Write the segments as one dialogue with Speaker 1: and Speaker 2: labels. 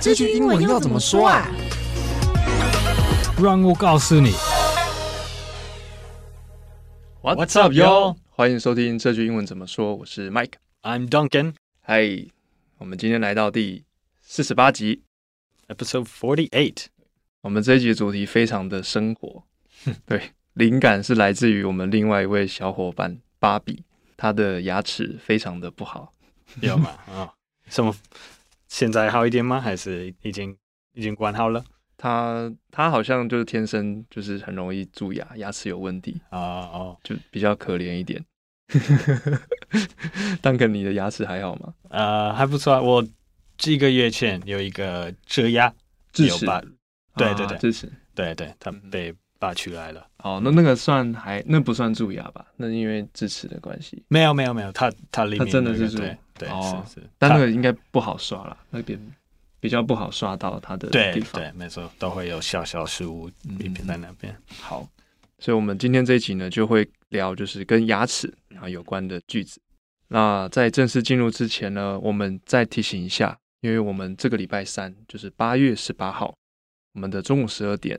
Speaker 1: 这句英文要怎么说啊？
Speaker 2: 让我告诉你。
Speaker 3: What's up, yo?
Speaker 4: 欢迎收听这句英文怎么说，我是 Mike。
Speaker 3: I'm Duncan.
Speaker 4: 嗨，我们今天来到第四十八集，
Speaker 3: Episode 48.
Speaker 4: 我们这一集的主题非常的 生活，对，灵感是来自于我们另外一位小伙伴芭比，她的牙齿非常的不好，
Speaker 3: 有吗？啊、什么？现在好一点吗？还是已经已经关好了？
Speaker 4: 她她好像就是天生就是很容易蛀牙，牙齿有问题，
Speaker 3: 啊、哦，
Speaker 4: 就比较可怜一点。 当肯，你的牙齿还好吗？
Speaker 3: 呃，还不错啊。我几个月前有一个遮压，
Speaker 4: 智
Speaker 3: 有
Speaker 4: 齿，
Speaker 3: 拔，对对
Speaker 4: 啊
Speaker 3: 对
Speaker 4: 智齿。
Speaker 3: 对对，它
Speaker 4: 嗯
Speaker 3: 被拔出来了。
Speaker 4: 哦，那那个算还那不算蛀牙吧？那因为智齿的关系，
Speaker 3: 没有没有没有，它它里面、那
Speaker 4: 它真的
Speaker 3: 个
Speaker 4: 是
Speaker 3: 对对、
Speaker 4: 哦
Speaker 3: 是是，
Speaker 4: 但那
Speaker 3: 它
Speaker 4: 个应该不好刷啦，那边比较不好刷到它的
Speaker 3: 对
Speaker 4: 地方。
Speaker 3: 对没错，都会有小小失误
Speaker 4: 嗯
Speaker 3: 一边在那边。
Speaker 4: 好，所以我们今天这一集呢，就会聊就是跟牙齿然后有关的句子。那在正式进入之前呢，我们再提醒一下，因为我们这个礼拜三就是八月十八号，我们的中午十二点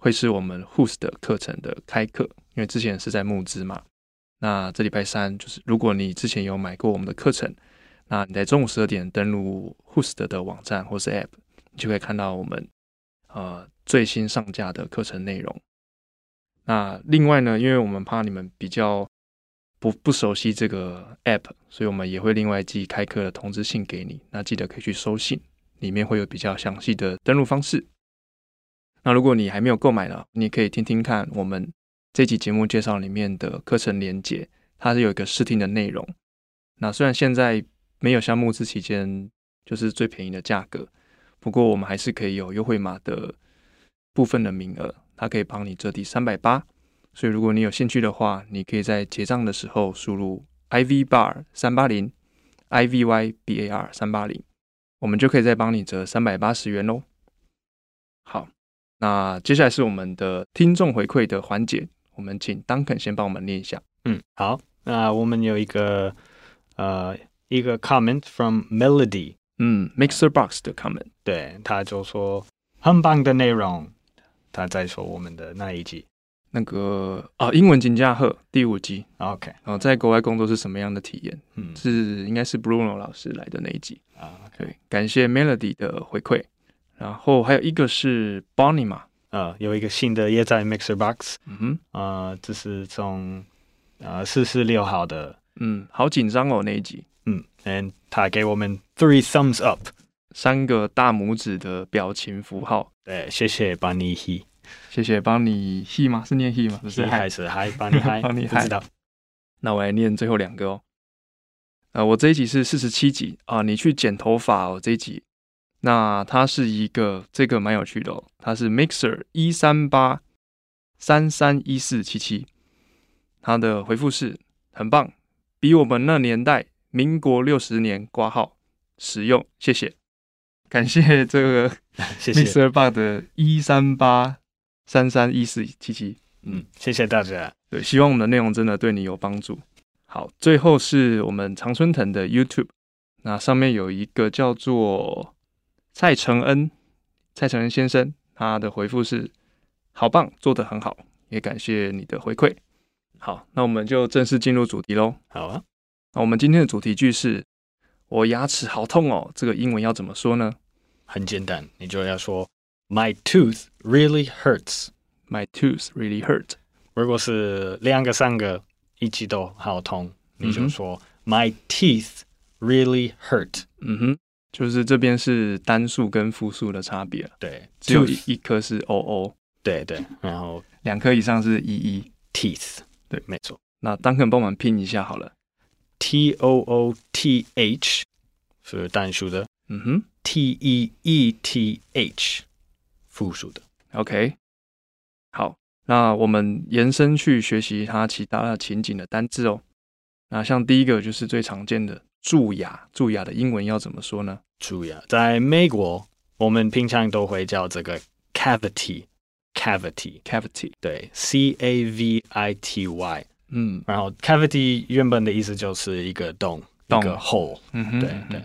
Speaker 4: 会是我们 Who's 的课程的开课，因为之前是在募资嘛。那这礼拜三就是，如果你之前有买过我们的课程，那你在中午十二点登录 Who's 的网站或是 App，你就可以看到我们呃最新上架的课程内容。那另外呢，因为我们怕你们比较不不熟悉这个 app，所以我们也会另外寄开课的通知信给你。那记得可以去收信，里面会有比较详细的登录方式。那如果你还没有购买呢，你可以听听看我们这期节目介绍里面的课程连接，它是有一个试听的内容。那虽然现在没有像募资期间就是最便宜的价格，不过我们还是可以有优惠码的部分的名额，它可以帮你折抵三百八。所以如果你有兴趣的话，你可以在结账的时候输入 I V bar 三八零 I V Y B A R 三八零，我们就可以再帮你折三百八十元喽。好，那接下来是我们的听众回馈的环节，我们请 Duncan 先帮我们念一下。
Speaker 3: 嗯，好，那我们有一个呃一个 comment from Melody，
Speaker 4: 嗯，Mixer Box 的 comment，
Speaker 3: 对，他就说很棒的内容，他在说我们的那一集。
Speaker 4: 那个啊，英文金驾鹤第五集，
Speaker 3: OK，
Speaker 4: 然后在国外工作是什么样的体验？
Speaker 3: 嗯
Speaker 4: 是应该是 Bruno 老师来的那一集。
Speaker 3: 啊，OK，
Speaker 4: 对，感谢 Melody 的回馈。然后还有一个是 Bonnie 嘛，
Speaker 3: 呃，有一个新的也在 Mixer Box，
Speaker 4: 嗯哼，
Speaker 3: 呃，这是从呃四四六号的，
Speaker 4: 嗯，好紧张哦那一集，
Speaker 3: 嗯，and 他给我们 three thumbs up，
Speaker 4: 三个大拇指的表情符号，
Speaker 3: 对，谢谢班尼希，
Speaker 4: 谢谢帮你 he 吗？是念 he 吗？不
Speaker 3: 是
Speaker 4: 嗨
Speaker 3: 还是嗨，班尼 嗨，
Speaker 4: 班尼
Speaker 3: 不
Speaker 4: 嗨
Speaker 3: 知道，
Speaker 4: 那我来念最后两个哦。呃，我这一集是四十七集啊、你去剪头发哦这一集。那它是一个这个蛮有趣的哦，它是 Mixer 一三八三三一四七七，它的回复是很棒，比我们那年代民国六十年挂号实用，谢谢，感谢这个
Speaker 3: 谢谢，
Speaker 4: Mixer Bug 的一三八三三一四七七。
Speaker 3: 嗯，谢谢大家，
Speaker 4: 对，希望我们的内容真的对你有帮助。好，最后是我们常春藤的 YouTube，那上面有一个叫做蔡承恩，蔡承恩先生，他的回复是：好棒，做得很好，也感谢你的回馈。好，那我们就正式进入主题喽。
Speaker 3: 好啊，
Speaker 4: 那我们今天的主题句是：我牙齿好痛哦，这个英文要怎么说呢
Speaker 3: 很简单，你就要说 My tooth really hurts。
Speaker 4: ？My tooth really hurt。
Speaker 3: 如果是两个三个一起都好痛，你
Speaker 4: 嗯
Speaker 3: 就
Speaker 4: 哼
Speaker 3: 说、My teeth really hurt。
Speaker 4: 嗯哼，就是这边是单数跟复数的差别，
Speaker 3: 对，
Speaker 4: 只有
Speaker 3: tooth，
Speaker 4: 一一颗是 o o。
Speaker 3: 对对，然后
Speaker 4: 两颗以上是一一。
Speaker 3: teeth，
Speaker 4: 对，
Speaker 3: 没错
Speaker 4: 那 Duncan 帮我们拼一下好了。
Speaker 3: ，t o o t h 是单数的
Speaker 4: 嗯哼
Speaker 3: ，t e e t h 复数的。
Speaker 4: ，OK，好，那我们延伸去学习它其他的情景的单字哦。那像第一个就是最常见的蛀牙，蛀牙的英文要怎么说呢
Speaker 3: 蛀牙啊在美国，我们平常都会叫这个 cavity，cavity，
Speaker 4: ？Cavity，
Speaker 3: 对，c a v i t y。
Speaker 4: 嗯
Speaker 3: 然后 cavity 原本的意思就是一个洞，
Speaker 4: 洞
Speaker 3: 一个 hole，
Speaker 4: 嗯哼
Speaker 3: 对对。，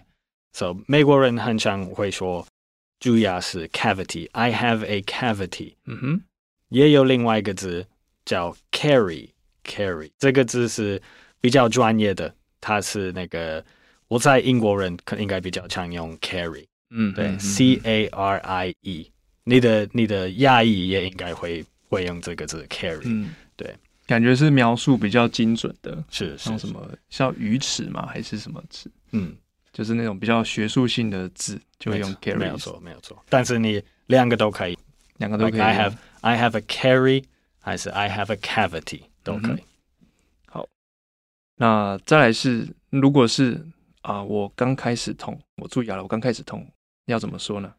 Speaker 3: 所以美国人很常会说蛀牙是 cavity。I have a cavity。
Speaker 4: 嗯哼，
Speaker 3: 也有另外一个字叫 carry carry，这个字是比较专业的，它是那个我在英国人可能应该比较常用 carry，
Speaker 4: 嗯，
Speaker 3: 对、
Speaker 4: 嗯
Speaker 3: c A R I E，你的你的亚裔也应该会会用这个字 carry，、
Speaker 4: 嗯，
Speaker 3: 对，
Speaker 4: 感觉是描述比较精准的，
Speaker 3: 是是
Speaker 4: 像什么像鱼齿吗？还是什么齿？
Speaker 3: 嗯，
Speaker 4: 就是那种比较学术性的字，就会用
Speaker 3: 没错没有
Speaker 4: carry，
Speaker 3: 错没有错，但是你两个都可以
Speaker 4: 两个都可以
Speaker 3: like
Speaker 4: 用。
Speaker 3: I have I have a carry 还是 I have a cavity 都可以。
Speaker 4: 嗯哼那再来是，如果是啊、我刚开始痛，我蛀牙了，我刚开始痛，要怎么说呢？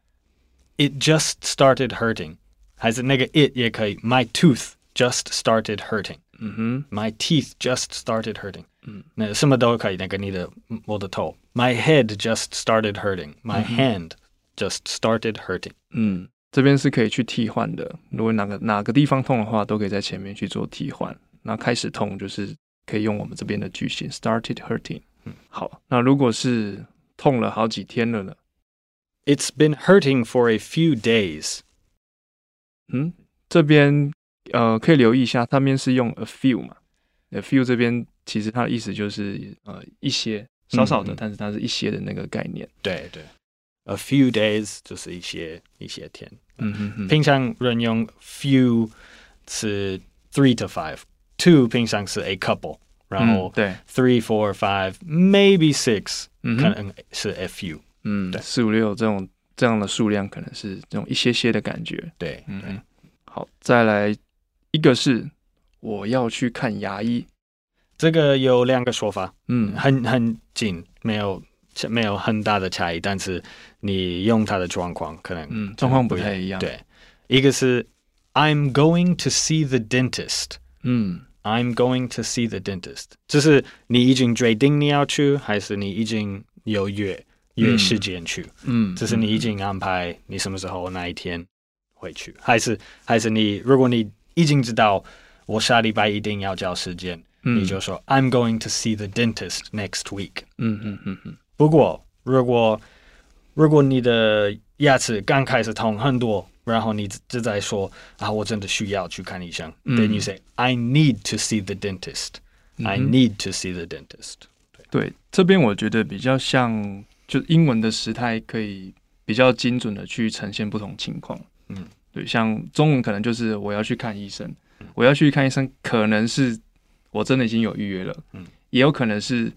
Speaker 3: It just started hurting，还是那个 it 也可以。My tooth just started hurting。
Speaker 4: 嗯哼，
Speaker 3: My teeth just started hurting。
Speaker 4: 嗯
Speaker 3: 那什么都可以，那个你的我的头。My head just started hurting。My
Speaker 4: 嗯哼
Speaker 3: hand just started hurting。
Speaker 4: 嗯，这边是可以去替换的。如果哪个哪个地方痛的话，都可以在前面去做替换。那开始痛就是可以用我们这边的句型 started hurting。
Speaker 3: 嗯
Speaker 4: 好，那如果是痛了好几天了呢？
Speaker 3: It's been hurting for a few days。
Speaker 4: 嗯，这边呃可以留意一下，上面是用 a few 嘛，a few 这边其实它的意思就是呃一些少少
Speaker 3: 嗯
Speaker 4: 的，
Speaker 3: 嗯
Speaker 4: 但是它是一些的那个概念。
Speaker 3: 对对，a few days 就是一些一些天。
Speaker 4: 嗯嗯嗯，
Speaker 3: 平常人用 few 是 three to five，two 平常是 a couple，然后、
Speaker 4: 嗯、对，
Speaker 3: three, four, five, maybe six，、
Speaker 4: 嗯
Speaker 3: 可
Speaker 4: 哼
Speaker 3: 能是 FU。对
Speaker 4: 嗯四五六这种这样的数量，可能是这种一些些的感觉。
Speaker 3: 对，
Speaker 4: 嗯嗯，好，再来一个是我要去看牙医。
Speaker 3: 这个有两个说法，
Speaker 4: 嗯
Speaker 3: 很很近，没有没有很大的差异，但是你用它的状况可能、
Speaker 4: 嗯，状况不太一样。，
Speaker 3: 对。一个是 I'm going to see the dentist。
Speaker 4: 嗯
Speaker 3: I'm going to see the dentist，就是你已经决定你要去，还是你已经有约约时间去？
Speaker 4: 嗯，
Speaker 3: 就是你已经安排你什么时候那一天会去，还是还是你如果你已经知道我下礼拜一定要交时间，
Speaker 4: 嗯
Speaker 3: 你就说 I'm going to see the dentist next week。
Speaker 4: 嗯嗯嗯嗯
Speaker 3: 不过如果如果你的牙齿刚开始痛很多，然后你就在说啊，我真的需要去看医生、
Speaker 4: 嗯
Speaker 3: t h e n you say I need to see the dentist、
Speaker 4: 嗯
Speaker 3: I
Speaker 4: 哼
Speaker 3: need to see the dentist。
Speaker 4: 对，这边我觉得比较像，就英文的时态可以比较精准的去呈现不同情况。
Speaker 3: 嗯，
Speaker 4: 对，像中文可能就是我要去看医生，我要去看医生，可能是我真的已经有预约了，
Speaker 3: 嗯，
Speaker 4: 也有可能是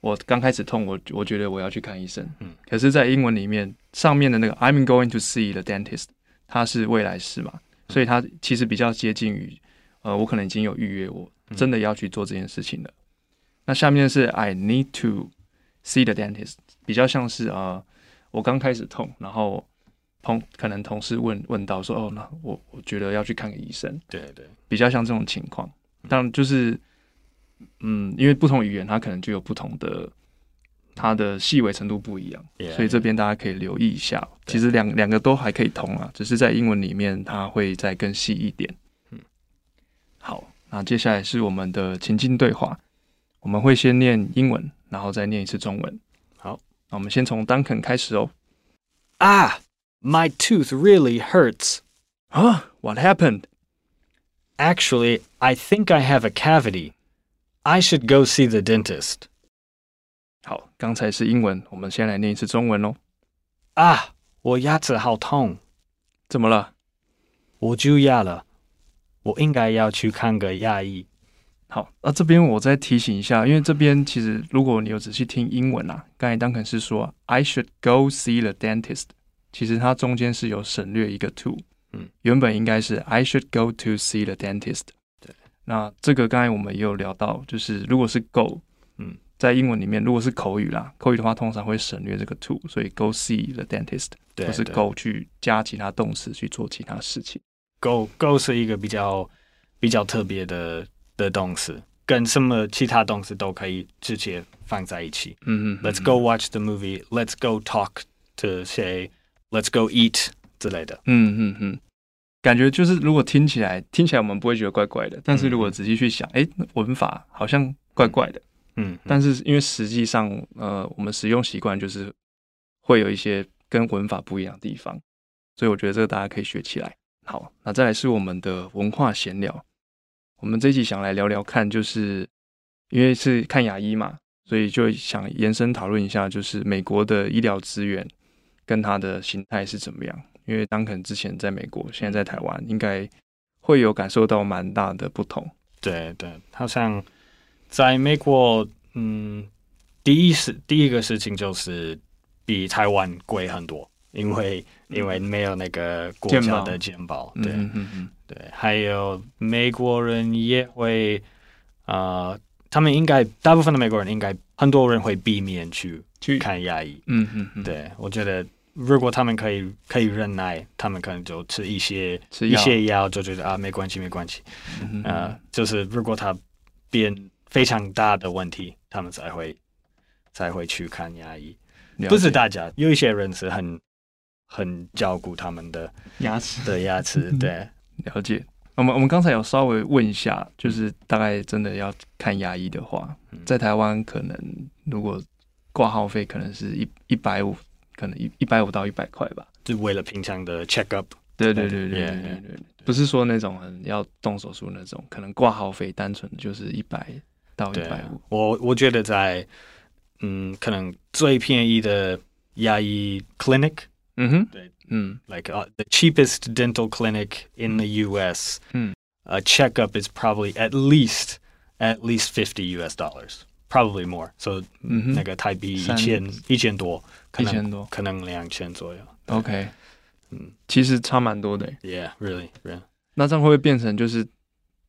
Speaker 4: 我刚开始痛，我我觉得我要去看医生，
Speaker 3: 嗯，
Speaker 4: 可是，在英文里面上面的那个 I'm going to see the dentist，它是未来式嘛，所
Speaker 3: 嗯
Speaker 4: 以它其实比较接近于，呃，我可能已经有预约，我
Speaker 3: 嗯
Speaker 4: 真的要去做这件事情了。那下面是 I need to see the dentist，比较像是呃，我刚开始痛，然后同可能同事问问到说，哦，那我我觉得要去看个医生，
Speaker 3: 对对，
Speaker 4: 比较像这种情况。当然就是，嗯，因为不同语言它可能就有不同的它的细微程度不一样，
Speaker 3: Yeah,
Speaker 4: 所以这边大家可以留意一下。其实两两个都还可以通啊，只是在英文里面它会再更细一点。
Speaker 3: 嗯
Speaker 4: 好，那接下来是我们的情境对话，我们会先念英文，然后再念一次中文。
Speaker 3: 好，
Speaker 4: 那我们先从 Duncan 开始哦。
Speaker 3: Ah, my tooth really hurts.
Speaker 4: 啊，What happened？
Speaker 3: Actually, I think I have a cavity. I should go see the dentist.
Speaker 4: 好，刚才是英文，我们先来念一次中文哦。
Speaker 3: Ah, 我牙齿好痛，
Speaker 4: 怎么了？
Speaker 3: 我蛀牙了，我应该要去看个牙医。
Speaker 4: 好，那、这边我再提醒一下，因为这边其实如果你有仔细听英文啊，刚才 Duncan 是说 I should go see the dentist，其实它中间是有省略一个 to，
Speaker 3: 嗯，
Speaker 4: 原本应该是 I should go to see the dentist。
Speaker 3: 对，
Speaker 4: 那这个刚才我们也有聊到，就是如果是 go，
Speaker 3: 嗯，
Speaker 4: 在英文里面如果是口语啦，口语的话通常会省略这个 to，所以 go see the dentist
Speaker 3: 对，
Speaker 4: 或是
Speaker 3: 对。
Speaker 4: go 去加其他动词去做其他事情。
Speaker 3: go go 是一个比较比较特别的的动词，跟什么其他动词都可以直接放在一起。
Speaker 4: 嗯嗯
Speaker 3: Let's go watch the movie. Let's go talk to say. Let's go eat 之类的。
Speaker 4: 嗯嗯嗯，感觉就是如果听起来听起来我们不会觉得怪怪的，但是如果仔细去想，哎、文法好像怪怪的，
Speaker 3: 嗯，
Speaker 4: 但是因为实际上，呃，我们使用习惯就是会有一些跟文法不一样的地方，所以我觉得这个大家可以学起来。好，那再来是我们的文化闲聊，我们这一集想来聊聊看，就是因为是看牙医嘛，所以就想延伸讨论一下，就是美国的医疗资源跟它的形态是怎么样。因为当肯之前在美国，现在在台湾，应该会有感受到蛮大的不同。
Speaker 3: 对对，好像在美国，嗯，第一事第一个事情就是比台湾贵很多，因为因为没有那个国
Speaker 4: 健
Speaker 3: 家
Speaker 4: 保
Speaker 3: 的健保，对、
Speaker 4: 嗯嗯嗯，
Speaker 3: 对，还有美国人也会，呃，他们应该大部分的美国人应该很多人会避免去
Speaker 4: 去，
Speaker 3: 看牙医，
Speaker 4: 嗯嗯嗯，，
Speaker 3: 对我觉得。如果他们可以可以忍耐，他们可能就吃一些
Speaker 4: 吃
Speaker 3: 一
Speaker 4: 药
Speaker 3: 些药，就觉得啊没关系没关系。
Speaker 4: 嗯嗯
Speaker 3: 呃，就是如果它变非常大的问题，他们才会才会去看牙医。
Speaker 4: 嗯
Speaker 3: 不是
Speaker 4: 了
Speaker 3: 大家，有一些人是很很照顾他们的
Speaker 4: 解牙齿
Speaker 3: 的牙 齿，对，
Speaker 4: 了解。我们我们刚才有稍微问一下，就是大概真的要看牙医的话，
Speaker 3: 嗯
Speaker 4: 在台湾可能如果挂号费可能是一一百五，可能一一百五到一百块吧。
Speaker 3: 就为了平常的 check up，
Speaker 4: 对对对对
Speaker 3: Yeah,
Speaker 4: 对对
Speaker 3: yeah.
Speaker 4: 对，不是说那种很要动手术那种，可能挂号费单纯就是一百到一
Speaker 3: 对
Speaker 4: 百五。，
Speaker 3: 我我觉得在嗯，可能最便宜的牙医 clinic，like
Speaker 4: 嗯哼，
Speaker 3: 对，
Speaker 4: 嗯
Speaker 3: uh, the cheapest dental clinic in the U.S.
Speaker 4: 嗯
Speaker 3: a checkup is probably at least at least fifty US dollars, probably more. So
Speaker 4: 嗯哼
Speaker 3: 那个台币一
Speaker 4: 三
Speaker 3: 千一千多，可
Speaker 4: Mm-hmm. 一
Speaker 3: 能
Speaker 4: 千多
Speaker 3: 可能两千左右。
Speaker 4: ，OK，
Speaker 3: 嗯
Speaker 4: 其实差蛮多的欸。
Speaker 3: ，Yeah, really, really.
Speaker 4: 那这样会不会变成就是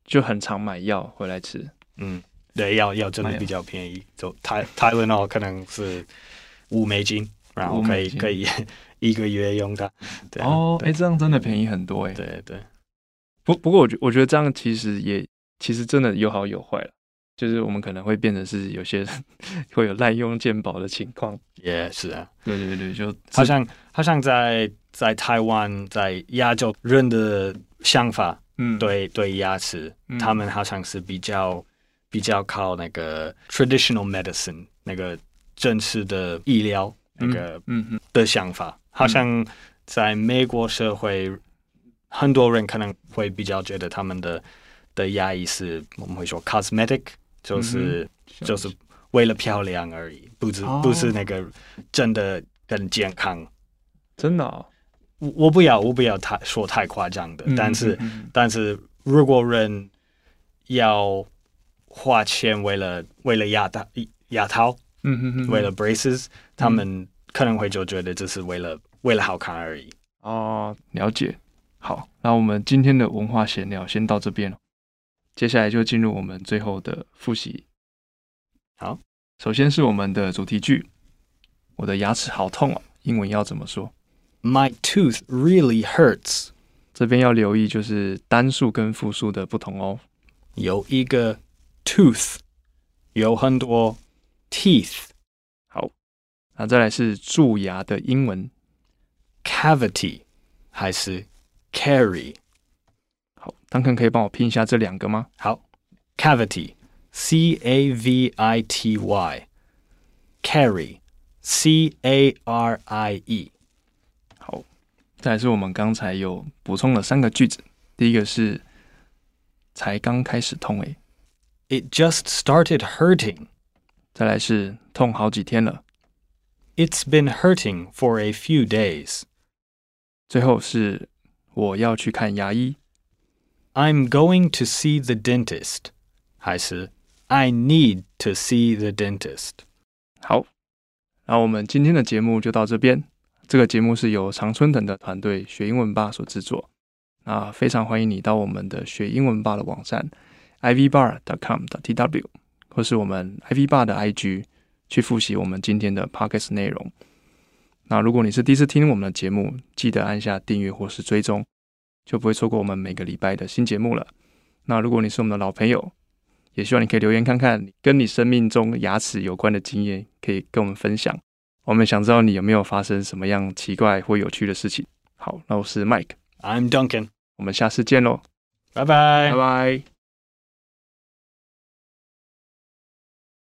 Speaker 4: 就很常买药回来吃？
Speaker 3: 嗯，对，要要真
Speaker 4: 哎
Speaker 3: 的
Speaker 4: 呀
Speaker 3: 比较便宜，就泰泰伦奥可能是五美金，然后
Speaker 4: 五
Speaker 3: 可
Speaker 4: 美
Speaker 3: 以
Speaker 4: 金
Speaker 3: 可以一个月用它。对啊
Speaker 4: 哦，
Speaker 3: 对
Speaker 4: 哎、这样真的便宜很多哎。
Speaker 3: 对对，
Speaker 4: 不不过我觉我觉得这样其实也其实真的有好有坏了，就是我们可能会变成是有些人 会有滥用健保的情况。
Speaker 3: 也是啊。
Speaker 4: 对对对，就
Speaker 3: 好像好像在在台湾在亚洲人的想法，
Speaker 4: 嗯，
Speaker 3: 对对牙齿
Speaker 4: 嗯
Speaker 3: 他们好像是比较比较靠那个 traditional medicine 那个正式的医疗那
Speaker 4: 嗯
Speaker 3: 个
Speaker 4: 嗯嗯
Speaker 3: 的想法，好像在美国社会，很多人可能会比较觉得他们的的牙医是我们会说 cosmetic，就是、就是为了漂亮而已，不是、
Speaker 4: 嗯哦
Speaker 3: 不是那个真的很健康。
Speaker 4: 真的、哦，
Speaker 3: 我我不要我不要太说太夸张的，但是。
Speaker 4: 嗯
Speaker 3: 但是如果人要花钱为了为了牙套牙套，
Speaker 4: 嗯嗯嗯，
Speaker 3: 为了 braces，、他们可能会就觉得这是为了为了好看而已。
Speaker 4: 哦，了解。好，那我们今天的文化闲聊先到这边了，接下来就进入我们最后的复习。
Speaker 3: 好，
Speaker 4: 首先是我们的主题句，我的牙齿好痛哦，英文要怎么说？
Speaker 3: My tooth really hurts。
Speaker 4: 这边要留意就是单数跟复数的不同哦。
Speaker 3: 有一个 tooth，有很多 teeth
Speaker 4: 那再来是蛀牙的英文，
Speaker 3: cavity 还是 carry？
Speaker 4: 好，当肯可以帮我拼一下这两个吗？
Speaker 3: 好，cavity c a v i t y carry c a r i e。
Speaker 4: 好，再来是我们刚才有补充了三个句子，第一个是才刚开始痛诶，
Speaker 3: It just started hurting.
Speaker 4: 再来是痛好几天了，
Speaker 3: It's been hurting for a few days.
Speaker 4: 最后是我要去看牙医。
Speaker 3: I'm going to see the dentist. 还是 I need to see the dentist.
Speaker 4: 好，那我们今天的节目就到这边。这个节目是由常春藤的团队学英文吧所制作。那非常欢迎你到我们的学英文吧的网站 ivbar.com.tw 或是我们 ivbar 的 IG 去复习我们今天的 podcast 内容。那如果你是第一次听我们的节目，记得按下订阅或是追踪，就不会错过我们每个礼拜的新节目了。那如果你是我们的老朋友，也希望你可以留言看看跟你生命中牙齿有关的经验，可以跟我们分享。我们想知道你有没有发生什么样奇怪或有趣的事情。好，那我是 Mike，
Speaker 3: I'm Duncan.
Speaker 4: 我们下次见喽，
Speaker 3: Bye bye.
Speaker 4: 拜拜。